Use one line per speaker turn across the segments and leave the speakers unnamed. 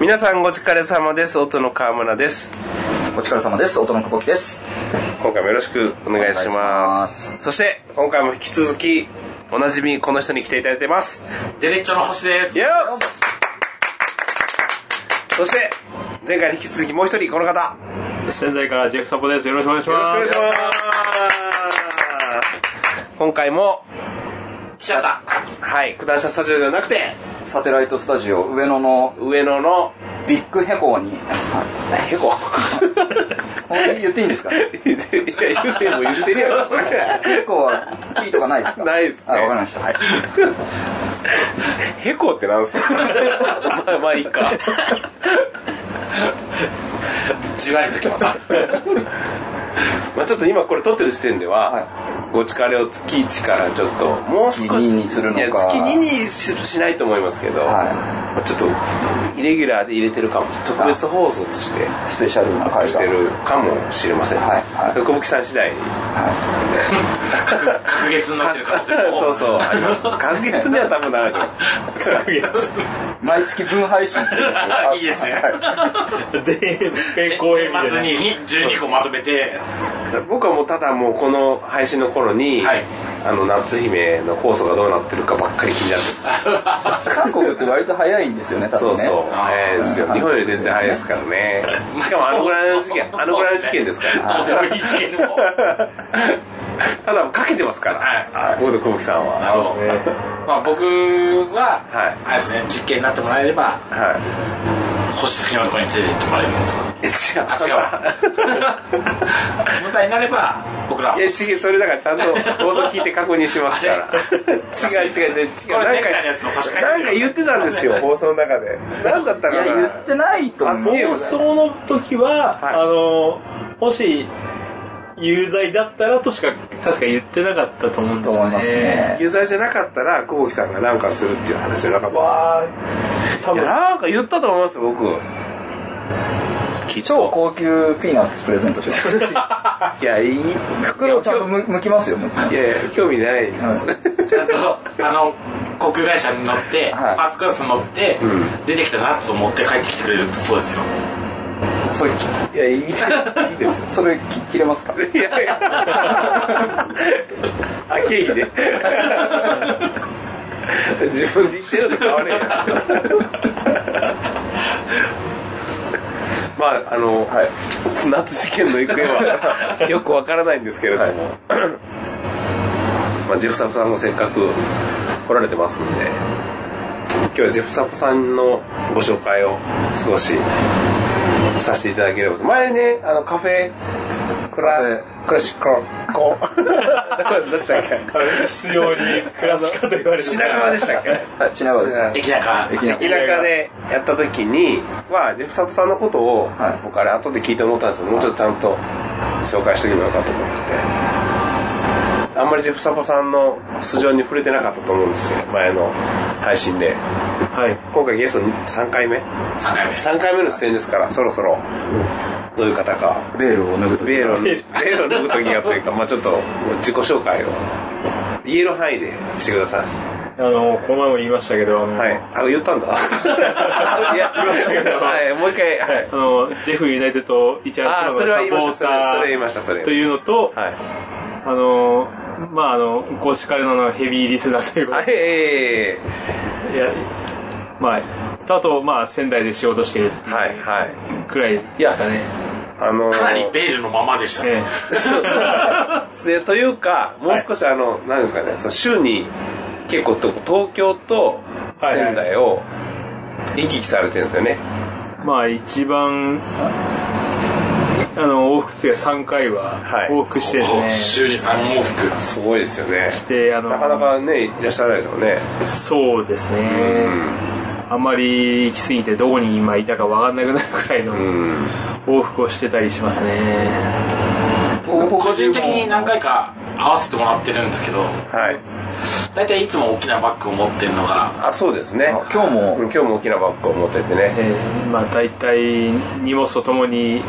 皆さんお疲れ様です。音の川村です。
お疲れ様です。音の久保木です。
今回もよろしくお願いし
お願
ま。
いしますす
そして、今回も引き続き、おなじみこの人に来ていただいてます。
デレッチョの星です。
イエーイそして、前回に引き続きもう一人、この方。
仙台からジェフサポです。よろしくお願いし
よろしくお願
ま
いし
す。
ます。今回も、
来ちゃった。
はい、九段下スタジオではなくて、
サテライトスタジオ上野の
上野の、
ビッグヘコー
へ
に、
こ。
本当に言っていいんですかヘ
いや、言うても言うてるやろ、それ。
コーはキーとかないですか
ないですね
あ、わかりました。はい。
へこってなんすかまあまあいいか。
じわりときます。
まあちょっと今これ撮ってる時点では、
は
ご力を月1からちょっと、もう少し。
月2にするのか
いや、月2にししないと思いますけど、
は
まあちょっと、イレギュラーで入れてるかも、特別放送として、
い。スペシャルな会
して
が。
るかもしれません。
はいはい
小吹さん次第。
隔月になってる可能性も。
そうそう、あります。確月には多分ならないと思います。
毎月分配信ってうのがあ
いいですね
は
全編後編みた
年
いな
末に12個まとめて、
僕はもうただもうこの配信の頃に、
はい
あの夏姫の放送がどうなってるかばっかり気になってた
い韓国って割と早いんですよね、多
そ
分
う
ね。
そう早いですよ
うん
日本より全然早いですから ねしかもあのぐらいの事件あのぐらいの事件ですから
どうでもいい事件でも。
ただかけてますから
はい
僕と小木さんは
そうまあ僕は、
はい
あれですね、実験になってもらえれば、
は
星付きのところに連れて行ってもらえるんです。
いえ違う
あ、違う わ。無罪になれば、僕らは。
いや違うそれだからちゃんと放送聞いて確認しますから違う違う違う違う
これ
なん
前
か
回のやつの差し替え
なんか言ってたんですよ放送の中で何だった
いや、
か
言
な
ってないと思う。
あ
放送の時は、あの、もし、有罪だったらとしか、確か言ってなかったと思うんで
と
す
思
よ
い
ね。
ますね。
有罪じゃなかったら久保木さんがなんかするっていう話じゃなかったですか
わあ、多
いや
分、
なんか言ったと思いますよ僕
超高級ピーナッツプレゼントします。
いやいい
袋をちゃんとむ剥きますよ、剥きます
いやいや興味ないです、
ちゃんと、あの、航空会社に乗って、
はい
ファーストクラスに乗って、
うん
出てきたナッツを持って帰ってきてくれるってそうですよ。
それ、
いやいいいいですよ
それ切切れますか
いやい やあ経費で自分で言ってるのと変われんやまああの、
はい。
夏事件の行方 はよくわからないんですけれども、 まあ、ジェフサフさんもせっかく来られてますんで今日はジェフサフさんのご紹介を少しさせていただければと前ねあのカフェク
カフ
ラ
ェ
クラシック コどどっち だっけ
必要に暮らしかと言われて
品川でしたっけ
はい、品川です。
駅中。
駅中
田舎でやった時にはジェフサブさんのことを、
はい
僕あれ後で聞いて思ったんですけどもうちょっとちゃんと紹介しとけばよかったと思ってあんまりジェフサブさんの素性に触れてなかったと思うんですよ前の配信で
はい。
今回ゲスト3回目
3回目。
3回目の出演ですからそろそろどういう方か
ベールを脱ぐとき
ベールをベールを脱ぐ時がというか、まあ、ちょっと自己紹介を言える範囲でしてください
あの、この前も言いましたけど、あの、
はい。あ、言ったんだ。いや、言いましたけど。はい、もう一回、はい。
あのジェフユナイテッド187
あー、
のサ
それは言いま
ポ
した。
ー
それそれ言い
タ
ました、それ。
ーというのと、
はい。
あの、まああの、ごしかれのヘビーリスナーということ
あ、
で
ええ
いや、まあ、とあと、まあ、仙台で仕事してるってい
はい、はい。
うくらいですかね。
あのー、
かなりベールのままでしたね。
え
そうそう。というか、もう少しあの、何ですかね、その週に結構と東京と
はいはい
仙台を行き来されてるんですよね。
えまあ、一番、あの、往復する3回は
はい
往復してですね、
週に3往復。
すごいですよね。
して、あの、
なかなかね、いらっしゃらないですよね。
そうです
う
ね、
ん。
あんまり行き過ぎてどこに今いたかわかんなくなるくらいの
うん。
往復をしてたりしますね。
個人的に何回か合わせてもらってるんですけど、
はい。
大体いつも大きなバッグを持ってるのが、
あ、そうですね。
あ今日も
うん今日も大きなバッグを持っててね。
えーまあ、大体、荷物とともに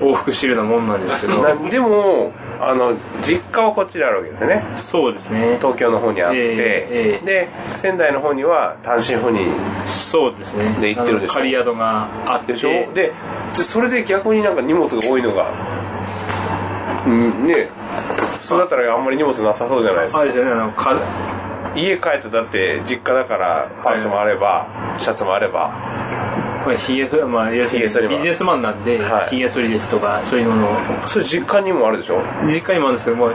往復してるようなもんなんですけど、
なでもあの、実家はこっちであるわけですよね。
そうですね。
東京の方にあって、
ええええ
で、仙台の方には単身赴任
そうですね。
で行ってるでしょ
あの仮宿があって。
でしょ、で、じゃそれで逆になんか荷物が多いのが、うん、ね、普通だったらあんまり荷物なさそうじゃないです
あ
か。
れですよね、あの、か
家帰ってだって実家だからパンツもあれば、シャツもあれば、
まあ、ひげ剃り、まあ、要する
ひげ剃り
に
は
ビジネスマンなんで
はい、
ひげ剃りですとか、そういうのの、
それ実家にもあるでしょはい。
実家にもあるんですけども、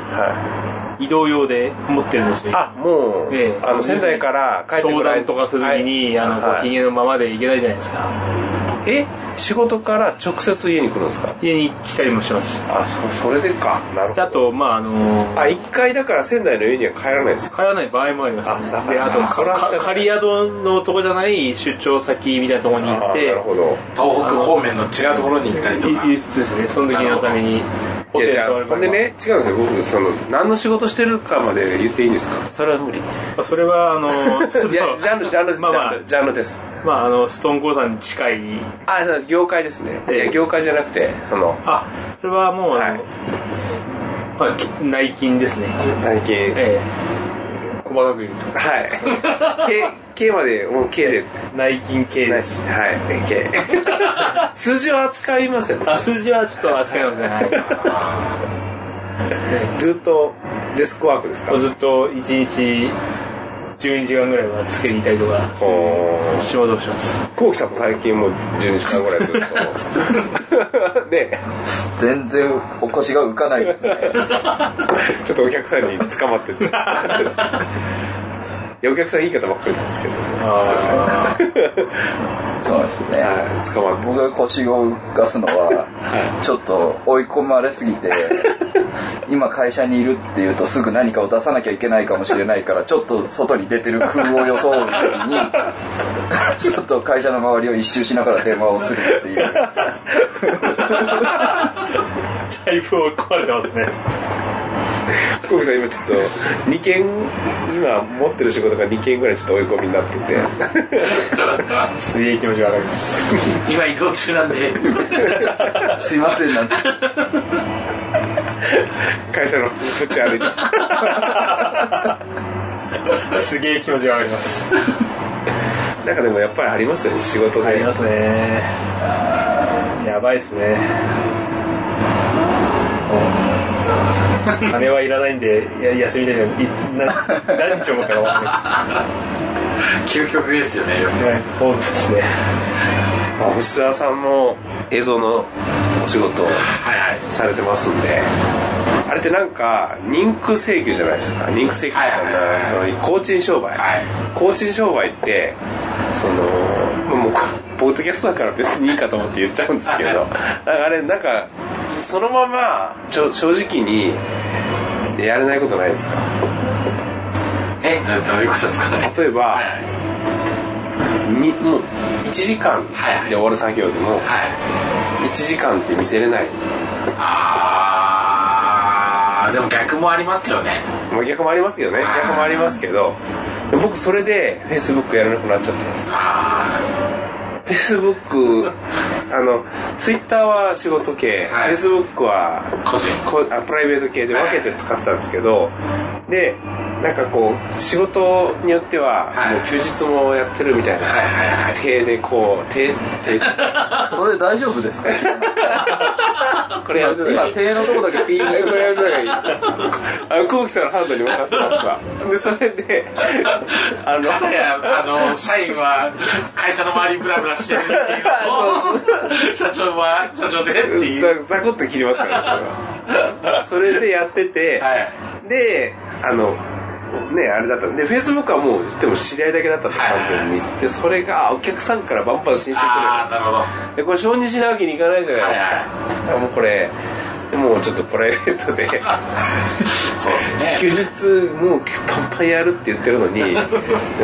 移動用で持ってるんですよ。
あ、もう、
ええ
あの、仙台から帰って
相
こない
談とかするときに、
はい
あの、こ
は
う
い
ひげのままでいけないじゃないですか。
え仕事から直接家に来るんですか
家に来たりもします。
あそそれでかなるほ
で
ど
あと、まあ、あの
あ一回だから仙台の家には帰らないんですか
帰らない場合もあります、
あだから
であと
あそれは仕方ない
か仮宿のとこじゃない出張先みたいなとこに
あ
行っ
ーな
て
るほど
東北方面の違うところに行ったりとか
い輸出ですねその時のためにホ
い
テ
やじ
ル
ゃあ
泊まる
ほんでね違うんですよ僕その何の仕事してるかまで言っていいんですかそれは無理い
まあそれ はあの
やジャンルジャンルです、
まあまあ
ジャンルジャンルです
まああのストーンコーさんに近い
あそう業界ですねい
ええ
や業界じゃなくてその
あそれはもうあの、まあき内勤ですね
最近
ええ小畑君
はい K, K までもう K で
内勤系
ない
で
ですすはい K 数字を扱いませんね
あ数字はちょっと扱いますねは
ずっとデスクワークですか
いずっと一日12時間ぐらいはつけにいたりとか
おー
仕事をします
こうきさんも最近もう12時間ぐらいずっと ね
全然お腰が浮かないですね。
ちょっとお客さんに捕まってて いやお客さんいい方ばっかりなんですけど、
あ
そうなんですよね。
はい、捕まって
僕が腰を浮かすのは、ちょっと追い込まれすぎ て、今会社にいるっていうとすぐ何かを出さなきゃいけないかもしれないから、ちょっと外に出てる空を装う時 に、ちょっと会社の周りを一周しながら電話をするっていう。
ーだいぶ追い込まれてますね
こうきさん今ちょっと2件今持ってる仕事が2件ぐらいちょっと追い込みになって て
すげえ気持ち悪いです。
今移動中なんで
すいません、なんて。
会社のこっち 歩いて
すげえ気持ち悪いです。
なんかでもやっぱりありますよね仕事
あり
で
ますね。やばいっすね。金はいらないんで、いや休みたいないな 何日もかわかんな
究極ですよね
いです。そうですね。
まあ星沢さんも映像のお仕事を
はいはい
されてますんであれってなんか妊婦請求じゃないですか妊婦請求ってなん
はいはいは
だ
い
その工賃商売、
は
工賃商売ってそのまあもうこポッドキャストだから別にいいかと思って言っちゃうんですけ どなんかあれなんかそのままちょ正直にやれないことないですか
いえどどういうことですかね
例えば、
はいはい
にもう1時間で終わる作業でも
はい
1時間って見せれない
あーでも逆もありますけどね
もう逆もありますけどね
はい
逆もありますけど僕それで Facebook やらなくなっちゃったんです
あ
Facebook あの Twitter は仕事系、
はい
Facebook は
ー個人
こあプライベート系で分けて使ってたんですけど、でなんかこう仕事によっては、
はい
もう休日もやってるみたいな、
はいはいはい
手でこう手手
それ大丈夫です か
これやって
今、手のとこだけピーにし
こ
て
れやったらいいあの久保木さんのハンドに任せましたでそれであの
ただや、あの、社員は会社の周りブラブラしてるっていうのを、社長は社長でっていう。
ざざこっと切りますからねそ れはそれでやってて、
はい。
であのねあれだったんでフェイスブックはもうでも知り合いだけだったんで
はい
完全に、でそれがお客さんからバンバン申請
ああ、
く
なるほど。
るでこれ承認しなわけにいかないじゃないですか、だからもうこれもうちょっとプライベー トで
そうですね。
休日もうパンパンやるって言ってるのに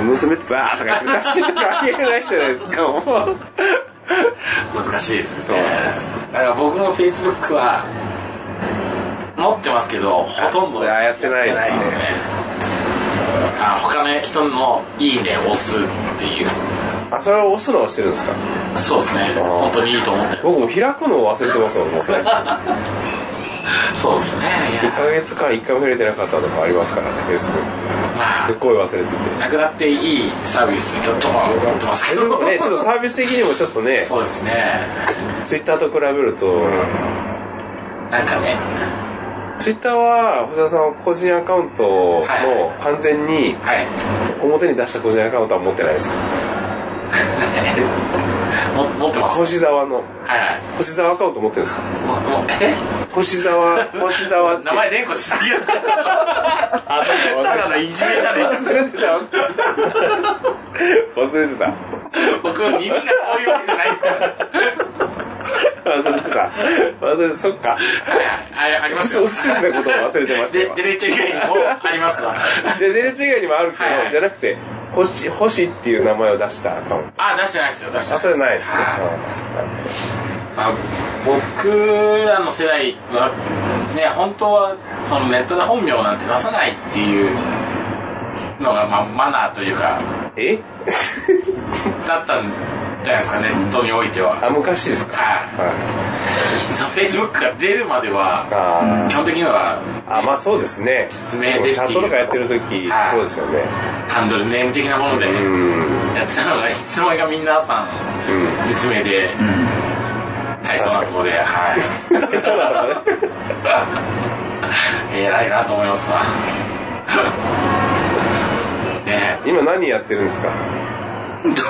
娘とバーとか言って写真とかあげれないじゃないですかもう
難しいです
そう
ね。
なんで
だから僕も Facebook は、持ってますけど、ほとんど
あやってないですね
やってないあ他の人のいいねを押すっていう。
あそれを押すのはしてるんですか
そうですね。
ー
本当にいいと思ってる。
僕も開くのを忘れてますもんもう
そうですね。
1
いや
ヶ月間1回も触れてなかったとかありますからね、フェイスブッ
ま
ク。すっ
あ、
ごい忘れてて。
なくなっていいサービスだとは思ってますけ
で
ど
も。ね、ちょっとサービス的にもちょっとね、
そうですね。
ツイッターと比べると、
なんかね。
ツイッターは、星田さんは個人アカウントの
は
完全に
はい。
表に出した個人アカウントは持ってないですか
も持ってます。
星沢の、
はいはい。
星沢アカウント持ってるんですか
もうもうえ
星沢、星 沢って。
名前連呼しすぎやなただのいじめじゃねえ
忘れてた、忘れてた。
僕は耳が遠いわけじゃないですから。
忘れてた。忘れてた。そっか。
はいはい。あありますよ。
伏せてたことを忘れてました
で
よ、
デレッチェ以外にもありますわ。
で、デレチ以外にもあるけど、
はいはい
じゃなくて、星、星っていう名前を出したアカウン
あ、出してないですよ、出して
ト。あ、それないですね。
はいまあ、僕らの世代は、ね、本当はそのネットで本名なんて出さないっていうのが、まあ、マナーというか、
え
だったんじゃないですかね、ネットにおいては。
あ、昔ですか
は
はい。
い。その Facebook が出るまでは、
あ
基本的には、
ーあ、まあそうですね。
実名で
チャットとかやってる時
はい
そうですよね。
ハンドルネーム的なもので
う、ん。
やってたのが、いつの間にか皆さん、
うん。
実名で、大層なとこで、はい。
そうなのかね。
偉いなと思いますわ。 ねえ。
今何やってるんですか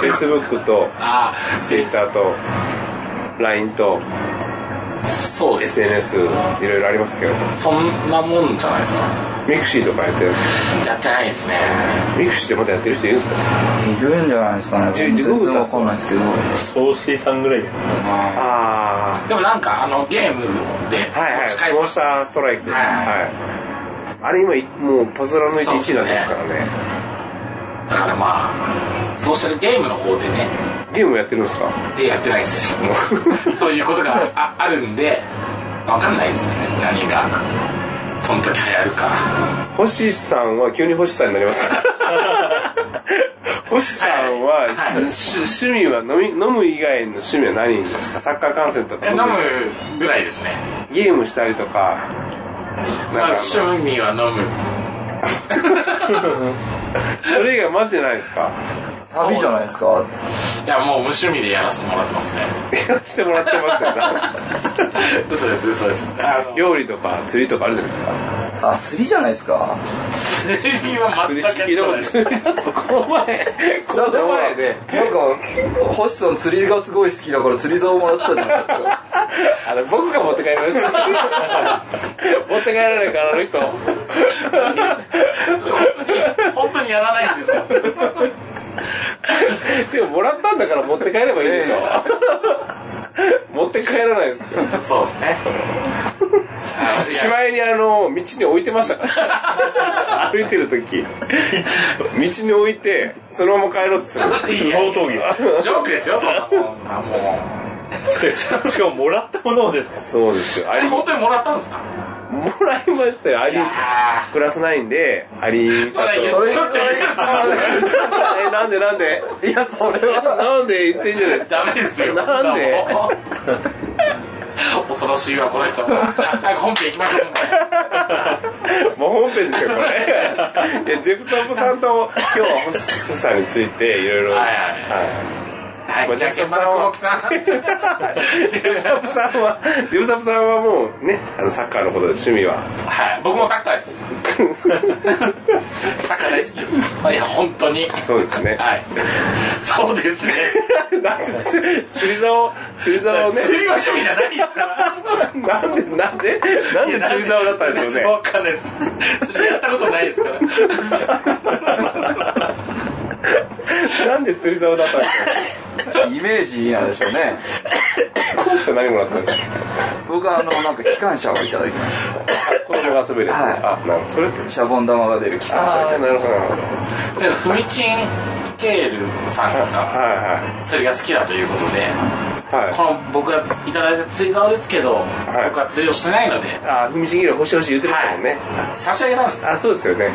?Facebook と
ああ、
Twitter と LINE と
そうです。
SNS いろいろありますけど、
そんなもんじゃないですか。
ミクシーとかやってるんです
やってないですね。
かミクシーってまだやってる人いるんですか
いるんじゃないですかね
じゅ
全然わかんないですけど
総帥さんぐらいじゃない
まあ
ああ。
でもなんか、あの、ゲームで、
はい
持ち
は
返
い。
し
モン
まし
ス
た
ターストライク。
はい
はい。あれ今い、もうパズラ抜いて1位になってますからね。
だからまあ、ソーシャルゲームの方でね、
ゲームやってるんですか
えやってないです。そう いうことがああるんで、わかんないですね。何が、その時流行るか。
星さんは急に星さんになり ますから星さんは、
はい
し趣味は飲み、飲む以外の趣味は何ですかサッカー観戦とか
え飲むぐらいですね。
ゲームしたりとか、
ま
なん
あ、
か、
趣
そ
味は飲む。
れ以外マジでないですか
旅じゃないですか
いや、もう無趣味でやらせてもらってますね。
やらしてもらってますよ。
嘘です、嘘です。あ の
料理とか釣りとかあるじゃないですか。
あ釣りじゃないですか
釣りは全
釣
く
り好き
やっ
の
てない。
釣りだとこの前、 こ
だって
の
ほら
前で、
なんか星さん釣りがすごい好きだから釣り竿もらってたじゃないですか
あの、僕が持って帰りま した。持って帰らないから、あの人。
本当にやらないんですよ。
でも、もらったんだから持って帰ればいいでしょ。持って帰らないんですよ。
そうですね。あのい
し
や
まいにあの、道に置いてました から。歩いてる時道に置いて、そのまま帰ろうとするんです
いや
不法投棄
ジョークですよ、そんなもん。あも
それしかももらったものをですか
そうですよ。あ
う。
り、も
本当にもらったんですか。
らいましたよ。あ
い
り、
や
クラス9で、あり
ーそ
さ
れ
と。
ち
そ
ょっ
れ
とちょっと
え、なんでなん で
いやそれは
なんで言ってんじゃないですか。
ダメですよ。
なんで
もう恐ろしいわ、この人。早く本編行きましょう。
もう本編ですよ、 これ。いや、ジェフサンプさんと、今日は星さんについて、いろいろ。
はいはいは
まあ
い。じゃあ、先輩の奥さん。
ジェフサンプさんは、ジェフサンプさんはもうね、あの、サッカーのことで趣味は。
はい、僕もサッカーです。 サッカー大好きです。いや、本当に。
そうですね。
はい。そうですね。
なんで、釣り竿、釣り竿をね、
釣りは趣味じゃないですから。
なんで、なんで、なんで釣り竿だったんでしょうね。
わかんないです。釣りやったことないですから。
なんで釣り竿だったんでし
イメージなんでしょうね
ょう。コウキさん何もらったんですか
僕はあのなんか機関車をいただきまし
子供が遊べるやつ。
はい
あ、なるほど。それって
た。シャボン玉が出る機関車
あ
みた
あ、
いな
なるほど、なるほど。
でも、フミチンケールさんが
は
釣りが好きだということで、
いはい。
こ
はい。
の僕がいただいた釣り竿ですけど、
い
僕は釣りをしてないので、
あー、踏みちぎる星々言ってましたもんね。
差し上げたんですよ。
あ、そうですよね。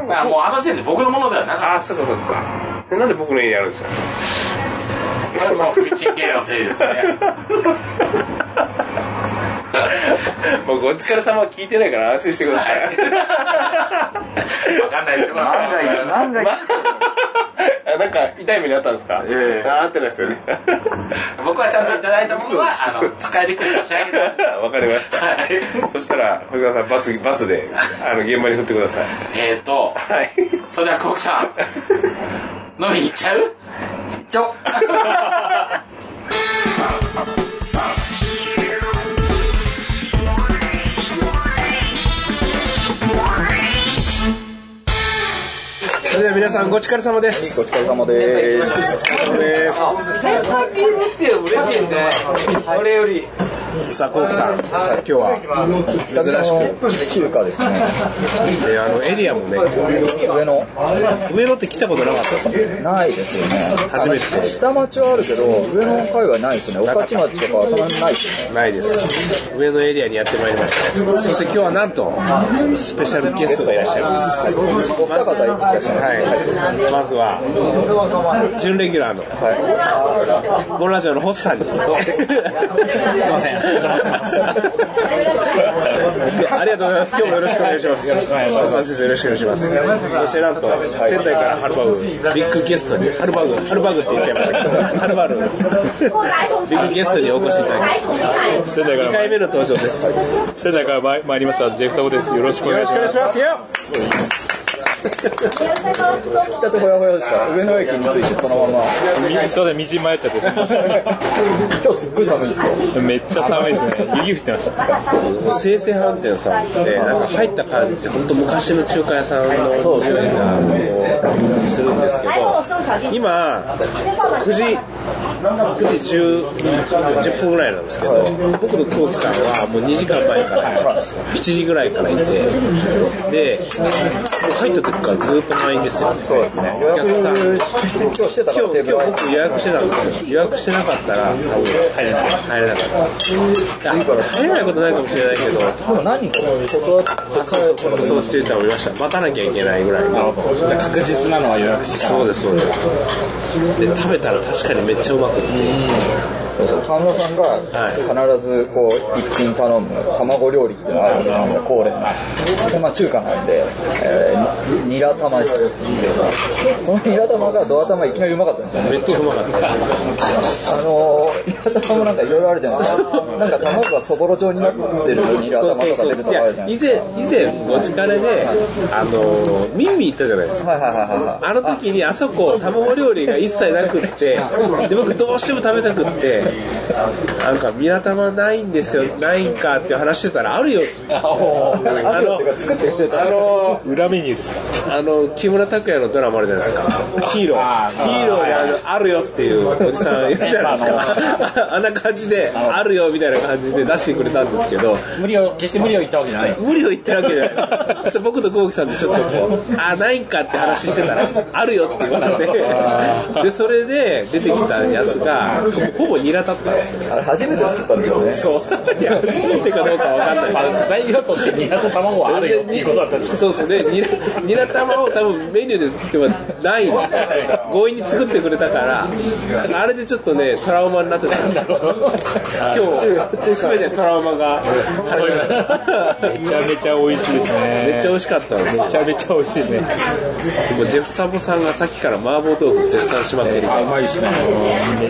だからもうあの時点で僕のものではなかった。
あ、そうかそうか。でなんで僕の家にあるんですか
これもフミチンケールのせいですね。
僕お疲れ様は聞いてないから安心してくださ い。
わかんないですよ、これ
万が一、万が一。
あなんか痛い目にあったんですか
ええ
ああってないですよね。
僕はちゃんといただいたものは、あの、使える人に差し上げた。
わかりました。
はい
そしたら、藤川さん、罰、罰で、あの、現場に振ってください。
えーと、
はい。
それでは久保木さん、飲みに行っちゃう
ちょ
それでは皆さん、ごちかれ様です。
お疲れ様でーす。
先輩ビールっていうのも嬉しいですね。これより。
さあ、コウキさん、今日は、珍し
中華ですね。
く、であの、エリアもね、
上の
上野って来たことなかったですね。
ないですよね。
初めてで
下町はあるけど、上の界隈ないですね。御徒町とかその辺ないですね。
ないです。上野エリアにやってまいりました。そして今日はなんと、スペシャルゲストがいらっしゃいます。
お二方いらっしゃいます。
はい。まずは、準レギュラーの、ボンラジオのホッさん です。すいません、お邪魔します。ありがとうございます。今日もよろしくお願いします。よろしくお願いします。先生よろしくお願いします。そしてなんと、仙台からハルバーグ、ビッグゲストに、ハルバーグ、ハルバーグって言っちゃいましたけど、ハルバーグ、ビッグゲストにお越しいただきました。
仙台
2回目の登場です。よ
仙台からまい参りましたジェフサボですよろしくお願
ろ
い
し
し
くお願
ま
いし
す
ますよ
来たてほやほやですから、上野駅に着いてそのまま。
みすいません道に迷っちゃってすいま
今日すっごい寒いですよ。
せんめっちゃ寒いですね雪降ってました
生鮮飯店さんってなんか入った感じで本当昔の中華屋さんの匂いがもうするんですけど今9時9時 10, 10分ぐらいなんですけど僕とこうきさんはもう2時間前から7時ぐらいからいてでもう入った時からずっと満員ですよそうですね
予
お
約
客さん
今日してたか
今日
らテーブ
今
ル
日
入って
僕予約してたんですよ予約してなかったら多分入れない入れなかった入れないことないかもしれないけど
でも何か断って
あそうそうそうそうしてる人もいました待たなきゃいけないぐらいなるほどじゃ確実なのは予約してそうですそうですで食べたら確かにめっちゃうまくって
河村さんが必ずこう一品頼む卵料理っていうのがあるじゃないですか恒例のでまあ中華なんで、えー、ニラ玉ですこのニラ玉がドア玉いきなりうまかったんですよね
めっちゃうまかった
あのー、ニラ玉もなんかいろいろあるじゃないですかなんか卵がそぼろ状になってるニラ
そ
玉
うそ
と
う
か
そう
出てた
い
のあ
や
るじゃな
以
いです
前以前ご力であのミンミン行ったじゃないですか
かはいはいはいはいはい
あの時にあそこ卵料理が一切なくってで僕どうしても食べたくってなんかニラ玉ないんですよないんかっていう話してたらあるよ
あるよっていうか作ってきてた
あの
裏メニューですか
あの、木村拓哉のドラマあるじゃないですか。ヒーロー。ヒーローにあのあるよっていうおじさんいるじゃないですか。あんな感じで、あるよみたいな感じで出してくれたんですけど、
無理を、決して無理を言ったわけじゃないです。
無理を言ってるわけじゃないです。僕と郷キさんでちょっとこう、あ、ないんかって話してたら、あるよって言われて、で、それで出てきたやつが、ほぼニラだったんですよ。
あれ初めて作ったんですよね
そう。いや、初めてかどうかわかんないけど。
まあ、材料としてニラと卵はあるよっていうことだったんです
そうですね、ニラニラ玉を多分メニューではないの強引に作ってくれたから、だからあれでちょっとね、トラウマになってたんですよ今日、すべてトラウマが、
めちゃめちゃ美味しいですね
めっちゃ美味しかったんです
めちゃめちゃ美味しいですね
もうジェフサボさんがさっきから麻婆豆腐絶賛しまってる。
うまいですね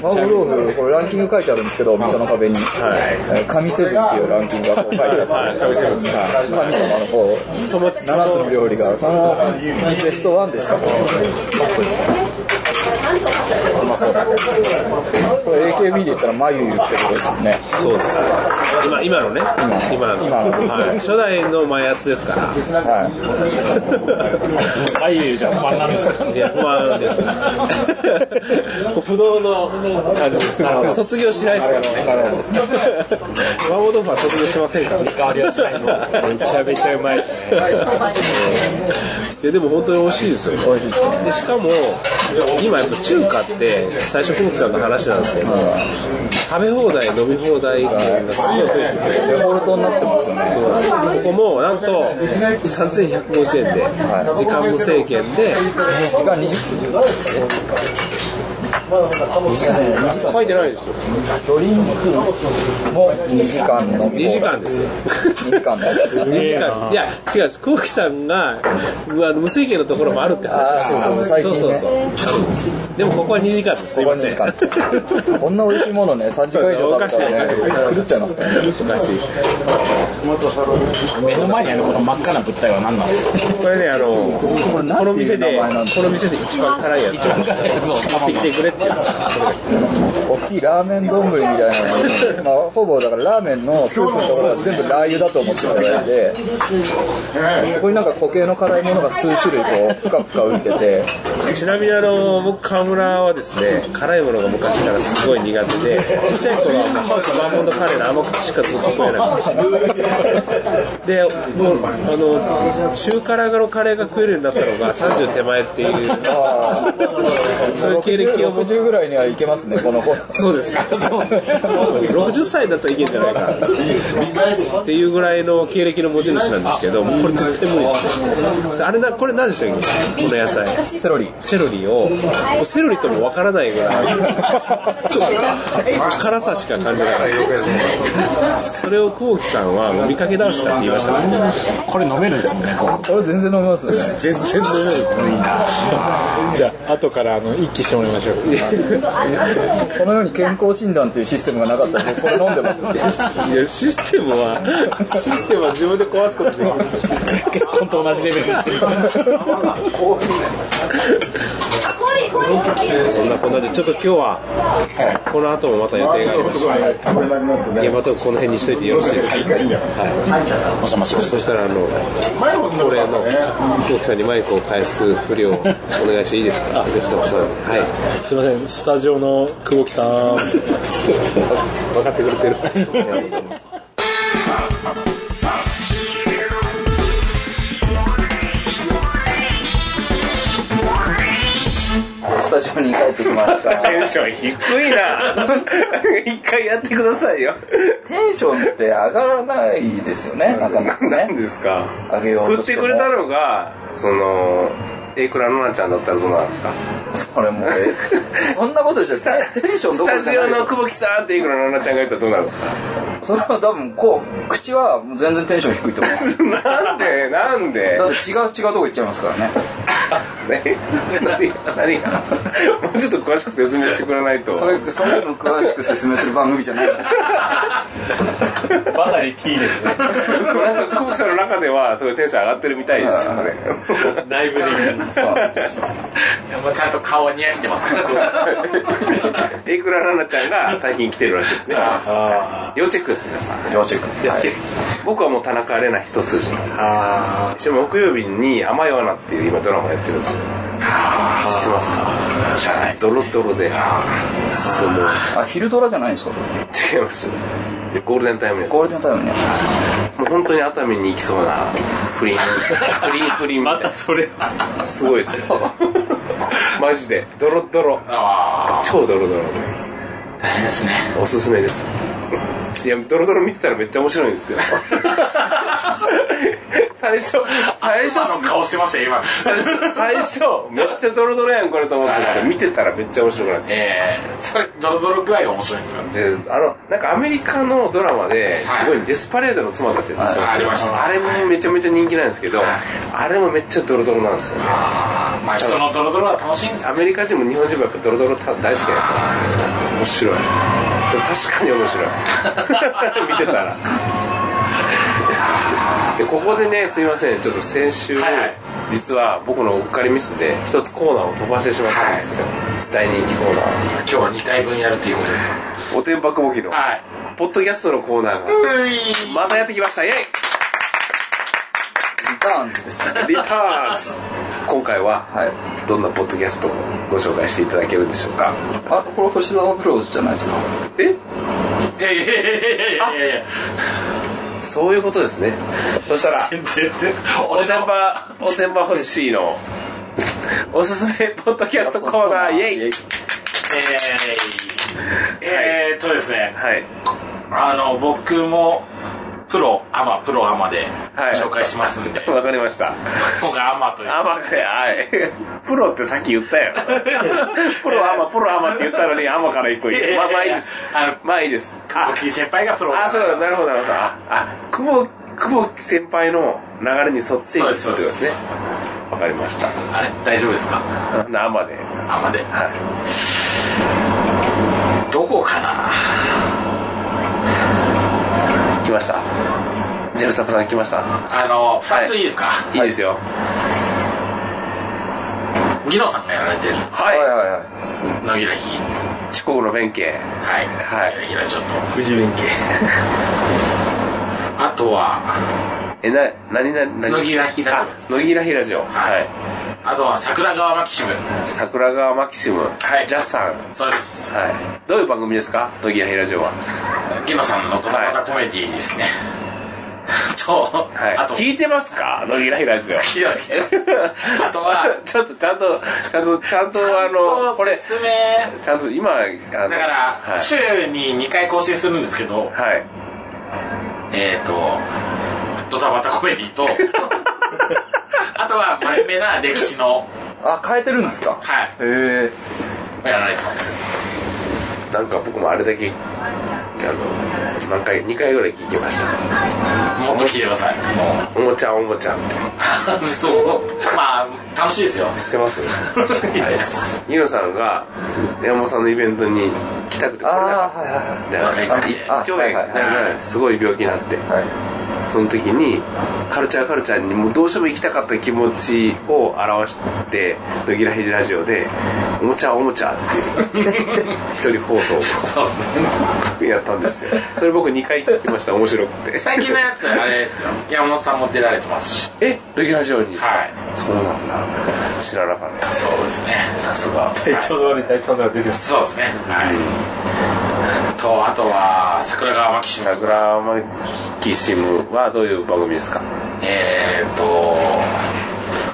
マーボ豆腐、これランキング書いてあるんですけど、お店の壁に。えー神セブンっていうランキングがこう書いてあって、
セブンです
神様のこう、7つの料理が、そのベストワンですかこれ AKB で言ったら眉ゆってことですよね。
そうですね。今、今のね、今の。
今の
はい初代の前やつですから。
はい。
あゆじゃ不満なんですか
いや、不安です。不動の感じです。卒業しないですからね。麻婆豆腐は卒業しませんからね。
変わりはしないぞ
めちゃめちゃうまいですね
いや、でも本当に美味しいですよ。美味しいです、で、しかも、今やっぱ中華って、最初、久保木さんの話なんですけど、食べ放題、飲み放題がすごい増えてて、
デフォルトになってますよね。
そうなんですここもなんと3150円で、時間無制限で、
時間20分。
まだまだかもしれない。
書いてないですよ。
ドリンクも2時間の
2時間ですよ。
2時間だ
2時間。いや、違う、コウキさんが、あの無制限のところもあるって話をしてたんです
あー
そうそうそう。でもここは2時間です。すいません。
こんな美味しいものね、3時間以上経ったらね、狂っちゃいますからね。
目の前にあるこの真っ赤な物体は何なんですか
これね、あの、この店で、この店で一番辛いやつ
一番辛いやつを
買ってきてくれって。
大きいラーメン丼みたいなのまあ、ほぼだからラーメンのスープのところは全部ラー油だと思っていただいて、そこになんか固形の辛いものが数種類こう、ぷかぷか浮いてて、
ちなみにあの、僕、河村はですね、辛いものが昔からすごい苦手で、ちっちゃい頃はもうハウスマンモンドカレーの甘口しかずっと食えなかった。で、もう、あの、中辛のカレーが食えるようになったのが30手前っていう、
ああ、
そういう経歴を持ち、
60ぐらいにはいけますね、この子。
そうです。60歳だといけんじゃないかなっていうぐらいの経歴の持ち主なんですけど、もうこれ絶対無理です。あれな、これ何でしたっけこの野菜。
セロリ。
セロリを、もうセロリともわからないぐらい、ちょっと辛さしか感じなかった。それをコウキさんはもう見かけ倒したって言いましたね。
これ飲めるんですもんね、こ
これ全然飲みますよね。
全然飲める。いいな じゃあ、後からあの、一気してもらいましょう。
このように健康診断というシステムがなかったんで、これ飲んでますよ。
いや、システムは、システムは自分で壊すことできる。
結婚と同じレベルにしてる。
そんなこんなで、ちょっと今日は、この後もまた予定がありまして、ヤマトこの辺にしといてよろしいですかはい。もしもし。そしたら、あの、恒例の、コウキさんにマイクを返す不良をお願いしていいですかあ、ゼクさん、はい。
すいません、スタジオの久保木さん。
分かってくれてる。
スタジオに帰ってきました。
テンション低い な一回やってくださいよ。
テンションって上がらないですよね、なかなか
何
ね。
ですか
上げよう
送
と
っ
して
て
も。
くれたのが、その、エクラノナちゃんだったらどうなんですか
それもう、え そんなことじゃ、テンションど
ス
ころ
タ
じゃ
ジ
な
オ
いでし
の
ょ。
久保木さんってエクラノナちゃんが言ったらどうなんですか
それは多分、こう、口はもう全然テンション低いと思 う。
なんでなんで
だって違う違うとこ行っちゃいますからね。
ね何が何がもうちょっと詳しく説明してくれないと。
それ、そんなの詳しく説明する番組じゃない。
バナリキーですね。
なんか久保木さんの中ではすごいテンション上がってるみたいですから ね。
内部的に。
もうちゃんと顔はにやけてますから。
エクララナちゃんが最近来てるらしいですね。
あ
要チェックです、皆さん。
要チェックです。はい
僕はもう田中玲奈一筋。
あ
しかも木曜日に「甘い罠」っていう今ドラマやってるんですよ知ってますか知らないドロドロで進む
あ、昼ドラじゃないんですか
違いますでゴールデンタイムにも
ゴールデンタイムね。
う本当に熱海に行きそうな不 倫不倫不倫み
ま
た
た
い
それ。
なすごいですよ マジでドロドロ
ああ。
超ドロドロで
大変ですね。
おすすめですいやドロドロ見てたらめっちゃ面白いんです よ最初最初
あの顔してましたよ、今。
最初最初めっちゃドロドロやんこれと思ってたんですけど見てたらめっちゃ面白くなって
ええそれ、ドロドロ具合が面白いんですよ。
であのなんかアメリカのドラマですごいデスパレードの妻たちが出て
はいあり
ま
ますし
よ
た
あれもめちゃめちゃ人気なんですけど
はい
あれもめっちゃドロドロなんですよね
ああ。まあ、人のドロドロは楽しいんですよ。
アメリカ人も日本人もやっぱドロドロ大好きなんですよ面白いでも確かに面白い 見てたらでここでねすいませんちょっと先週、
はいはい
実は僕のうっかりミスで一つコーナーを飛ばしてしまったんですよ、大人気コーナー
今日は2回分やるっていうことですか
おてんばくぼきの、
はい。
ポッドキャストのコーナーが、またやってきましたイェイ
リターンズです。
リターン ズ今回は、
はい。
どんなポッドキャストをご紹介していただけるでしょうか
あ、これ星沢プロじゃないですか。
え
いやいやいやいやいやいや
そういうことですね。そしたら、
全然。
おてんば、おてんば欲しいの、おすすめポッドキャストコーナー、イェイ
えー、えーっとですね、
はい。
あの、僕も、プロ、アマ、プロ、アマで紹介しますんで。
わかりました。
今回アマという。
アマかはい。プロってさっき言った やろ。プロ、アマ、プロ、アマって言ったのに、アマから一個言って。まあ、まあいいです。
あの
まあいいです。あ、
木先輩がプロ。
あ、そうだ、なるほど、なるほど。あ、あ久保、久保先輩の流れに沿っていくっ
そうで
て
す
ことですね。わかりました。
あれ大丈夫ですか
アマで。
アマで。どこかな
来ました。ジェルサプさん来ました。
あの、二ついいですか
いいですよ。
ギノさんがやられてる。
はい。
はいはいはい。
野木らひ。
四国の弁慶。
はい。
はい
野木らちょっと。
富士弁慶。
あとは、
え、な、なになに、な
野木らひだ
あ
と思います。、
野木らひラジオ。
は
はいい。
あとは桜川マキシム。
桜川マキシム。
はい
ジャスさん。
そうです。
はい。どういう番組ですか野木らひラジオは。
ギノさんのドラマコメディですね。 と、
はい。
あと、
聞いてますか野木らひラジオ。
聞いてます 聞いてますあとは
ちょっとちゃんと、ちゃんと、ちゃん
ち
と
ゃ
あ
んと
の、これ、
説明
ちゃんと今、あの、
だから、
はい。
週に2回更新するんですけど、
はい。
えっ、と、ドタバタコメディと、 あとは真面目な歴史の、
あ、変えてるんですか
はい、
へえ。
やられてます。
なんか僕もあれだけ、あの、何回、2回ぐらい聞きました。
もっと聞いてください。も
おもちゃんおもちゃんって。
う、そう、まあ、楽しいですよ。
してますはい。ニノさんが、山本さんのイベントに来たくて来れ
あ
な
あ、
かっ
はいはいはい
た。じゃないですか。
あ
胃腸
はい
炎
はいはい
がねすごい病気になって。
はい。
その時に、カルチャーカルチャーにもうどうしても行きたかった気持ちを表して、野木らひじラジオで、おもちゃおもちゃ っていう、一人放送
そうですね。
をやったんですよ。それ僕2回聞きました、面白くて。
最近のやつ、あれですよ。山本さんも出られてますし。
え野木らジオにですか
はい。
そうなんだ。知らなかった。
そうですね。
さすが。
体調の悪い体調の悪いです。
そうですね。はい。と、あとは、桜川マキシム。
桜マキシムはどういう番組ですか
えっ、と、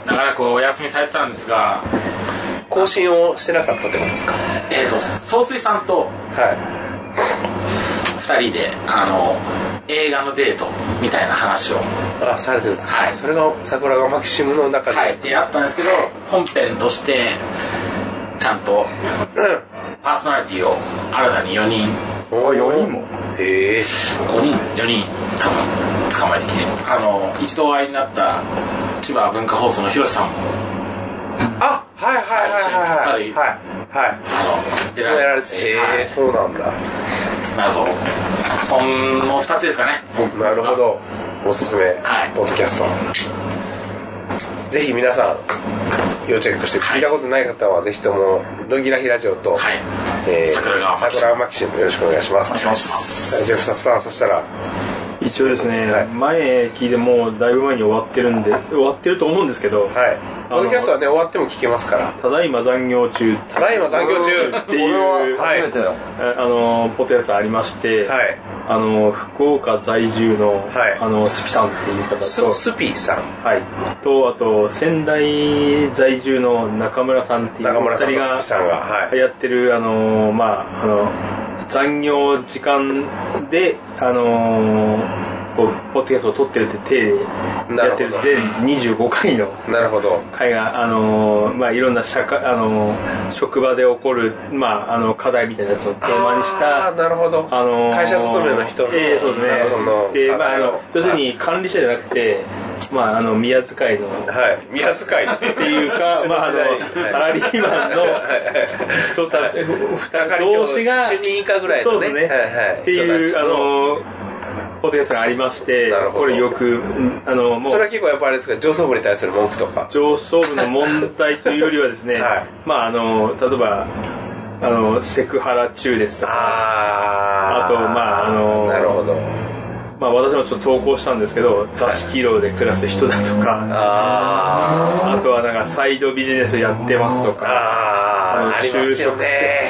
長らくお休みされてたんですが、
更新をしてなかったってことですか
えっ、と、総帥さんと
は
二人で、あの、映画のデートみたいな話を、
い。あ、されてるんですか
はい
それが桜川マキシムの中で。
はい、でやったんですけど、本編として、ちゃんと、パーソナリティを新たに4人、
あ、4人もへえ。
5人、4人、多分、捕まえてきて、あの、一度お会いになった、千葉文化放送の広瀬さんも、
あ、はいはいはいはい。はい。はい。
あの、出
やられて
て、は
へえ、
い
そうなんだ。
謎。その2つですかね。
なるほど。おすすめ
はい、
ポッドキャスト。ぜひ皆さん、要チェックして、聞いたことない方は、ぜひとも、野木らひラジオと、
はい。
えー
桜川マキシム
桜川マキシムよろしくお願いします。
お願いします。
ジェフサプさん、そしたら、
一応ですね、
はい
前聞いてもうだいぶ前に終わってるんで、終わってると思うんですけど、
はい。ポッドキャストはね、終わっても聞けますから。
ただいま残業中、
ただいま残業中
ていう
は
初
い。
めての。
ああの、ポテトがありまして、
はい。
あの、福岡在住の、
はい
あの、スピさんっていう方と、
ススピーさん。
はい。と、あと、仙台在住の中村さんっていう、
中村さん
お二
と
人
スピさんが。はい。
やってる、あのーまあ、あの、残業時間で、あのーこう、ポッドキャストを撮ってるって手で
な
やって
るほど
る全25回の
なるほど。
会が、あのーまあ、いろんな社会、あのー職場で起こる、まあ、あの、課題みたいなやつをテーマにした、
あーなるほど。
あのー
会社勤めの人の
ええそう
なん
で
か
す
その
ね。で、まあ、あ
あ
の
の、
要するに管理者じゃなくて、まあ、あの、宮遣いの、っ
はい。宮遣い。って
いう か、まあ、あの、サラリーマンの人たち、同士が、
主任以下ぐらい
そ
の
う
ね。
ですね。
はいはい。
っていう、あのー、ポテト屋さんがありまして
なる、ほど
これよく、うんあの、も
それは
う、
結構やっぱあれですか、上層部に対する文句とか。
上層部の問題というよりはですね
はい、
まあ、あの、例えば、あの、セクハラ中ですとか、
あー
あとまああのー
なるほど。
まあ、私もちょっと投稿したんですけど、座敷牢で暮らす人だとか、
あ
あとはなんかサイドビジネスやってますと
ー。
か、
あー。ありますよね。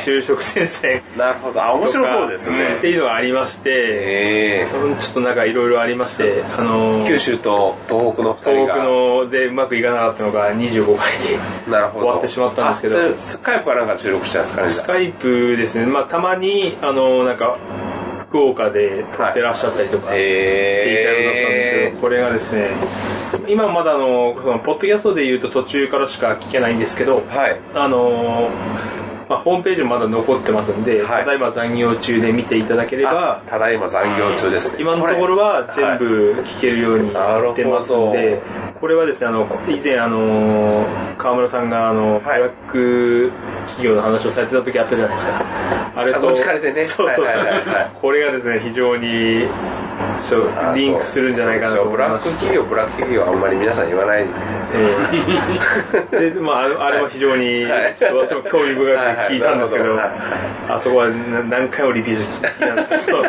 就職戦線
なるほど。あ、面白そうです
とかってい
ね。
うのがありまして、
ええ。
ちょっとなんかいろいろありまして、あのー
九州と東北の二人
東
が。
北のでうまくいかなかったのが25回で、
なるほど。
終わってしまったんですけど
あそれスカイプはなんか収録したんですかね。
スカイプですね、まあたまに、あのーなんか、福岡で撮ってらっしゃったりとかしていただいたんですけど、これがですね、今まだあの、そのポッドキャストで言うと途中からしか聞けないんですけど、
はい。
あのまあ、ホームページもまだ残ってますんで、
はい
ただいま残業中で見ていただければ
あ、ただいま残業中ですね。
今のところは全部聞けるように
なる
な
ほど
ってますんで、これはですね、あの、以前、あの、川村さんが、あの、ブラック企業の話をされてた時あったじゃないですか。あれ
あ
と。
持ち帰れてね
そうそうそう
はいはいはいはい。
これがですね、非常に、そう
あそう
リンクするんじゃないかなと思いま
そう
す
で。しょブラック企業、ブラック企業はあんまり皆さん言わないんですよ。
ええで、まあ、あのあれは非常に、
はい
ちょっと私も興味深く聞いたんですけど、
はいはいなる
あそこはな何回もリピートして聞いたんですけど、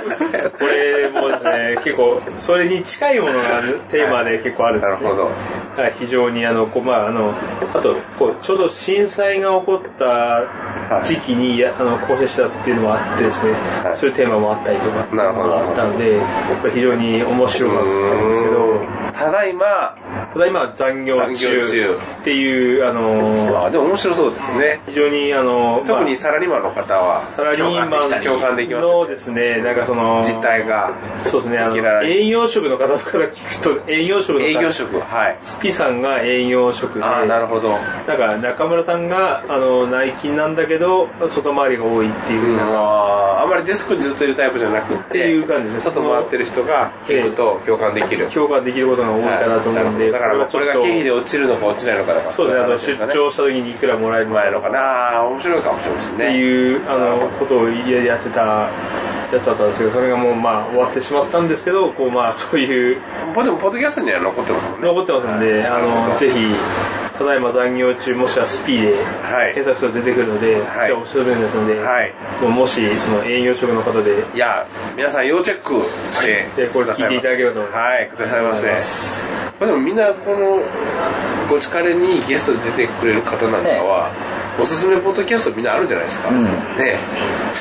これもですね、結構、それに近いものがテーマで結構あるんで
なる
すね。
ほど。
はい、非常にあの、こう、まあ、あの、あと、こう、ちょうど震災が起こった時期に、やあの、公表したっていうのもあってですね、
はい
そういうテーマもあったりとか、
なるほど
あったんで、やっぱり非常に面白かったんですけ
う
ど、
ーんただいま、
ただ今残業
残業
中
中
っていう、あの
あ、でも面白そうですね。
非常にあの
特に
ま
サラリーマンの方は
あ、サラリーマン
共感できます
のですね、なんかその、
実態が、
そうですね、あ
聞けら
の、
れる
営業職の方とかが聞くと、営業職の方
営業職、はい。
スピさんが営業職で、
ああ、なるほど。
なんか中村さんが、あの、内勤なんだけど、外回りが多いっていうう、
ん
なんか
あーあまりデスクにずっといるタイプじゃなく
って
て、
いう感じですね
外回ってる人が聞くと共感できる。
評価できることが多いかなと思うんで、
はいだからまあこれが経費
で、
で落ちるのか落ちないのかだから。
そうですね、あの、出張した時にいくらもらえるの
前のかな。あー面白いかもしれないです
って
ね。
いう、あの、ことをややってたやつだったんですけど、それがもうまあ終わってしまったんですけど、こうまあそういう、
でも、ポッドキャストには残ってますもんね。
残ってますんで、あの、ぜひ、ただいま残業中、もしはスピーで
はい
検索すると出てくるので、
はい
じゃあおすすめですので、
はい
もうもし、その営業職の方で、
いや、皆さん要チェックして
でこれ聞いていただければと思います
はい、くださいま
ありがとうございま
せ。これでもみんな、この、ご力にゲストで出てくれる方なんかは、おすすめポッドキャストみんなあるじゃないですか。
うん
ね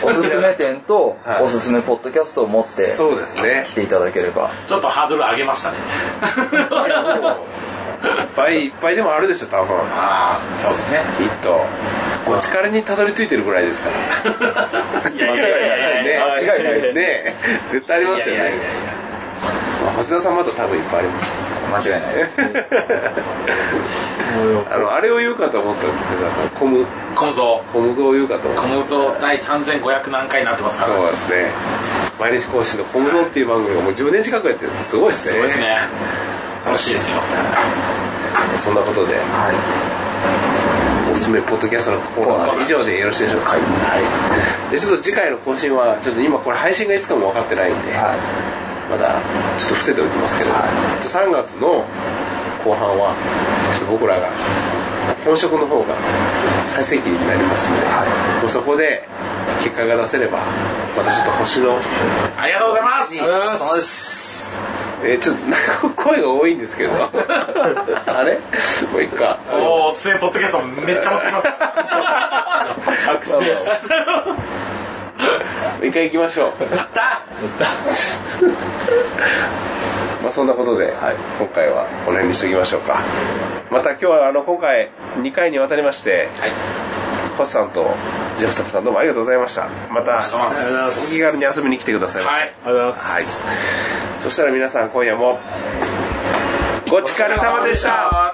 おすすめ店と
はい
おすすめポッドキャストを持って
そうですね
来。ていただければ
ちょっとハードル上げましたね。
いやでもいっぱいいっぱいでもあるでしょ、多分。
ああ、そうですね。
きっと。ご力にたどり着いてるぐらいですから。
いやいやいやいやいや。
ね
間違いないです
ね絶対ありますよ
いやいやい
ね。
やいや
まあ星田さんまだ多分いっぱいあります。
間違いないです
もう
あの、あれを言うかと思ったら、星田さん、コム、
コムゾ
コムゾを言うかと思
ウ。
った
コ。ムゾウ第3500何回になってますから。
そうですね。毎日更新のコムゾーっていう番組がもう10年近くやってるんです。すごいですね。
すごいですね。楽しいですよ。
そんなことで、
は
おすすめポッドキャストのコーナー以上でよろしいでしょうか。はい。で、ちょっと次回の更新は、ちょっと今これ配信がいつかも分かってないんで、
い、は
まだちょっと伏せておきますけど、ちょっと3月の後半は、ちょっと僕らが、本職の方が最盛期になりますので、もうそこで結果が出せれば、またちょっと星の
ありがとうございます。
えーちょっとなんか声が多いんです けどあれもういっか
おー、おすすめポッドキャストめっちゃ持ってきます。
一回行きましょう
やった
まあそんなことで、今回はこの辺にしときましょうかまた今日はあの今回2回にわたりまして、星さんとジェフサプさんどうもありがとうございましたまた
とうござい
お気軽に遊びに来てくださいませ
は
はい
い。
ありがとうございます。
はいそしたら皆さん今夜もごちそうさまでした
あ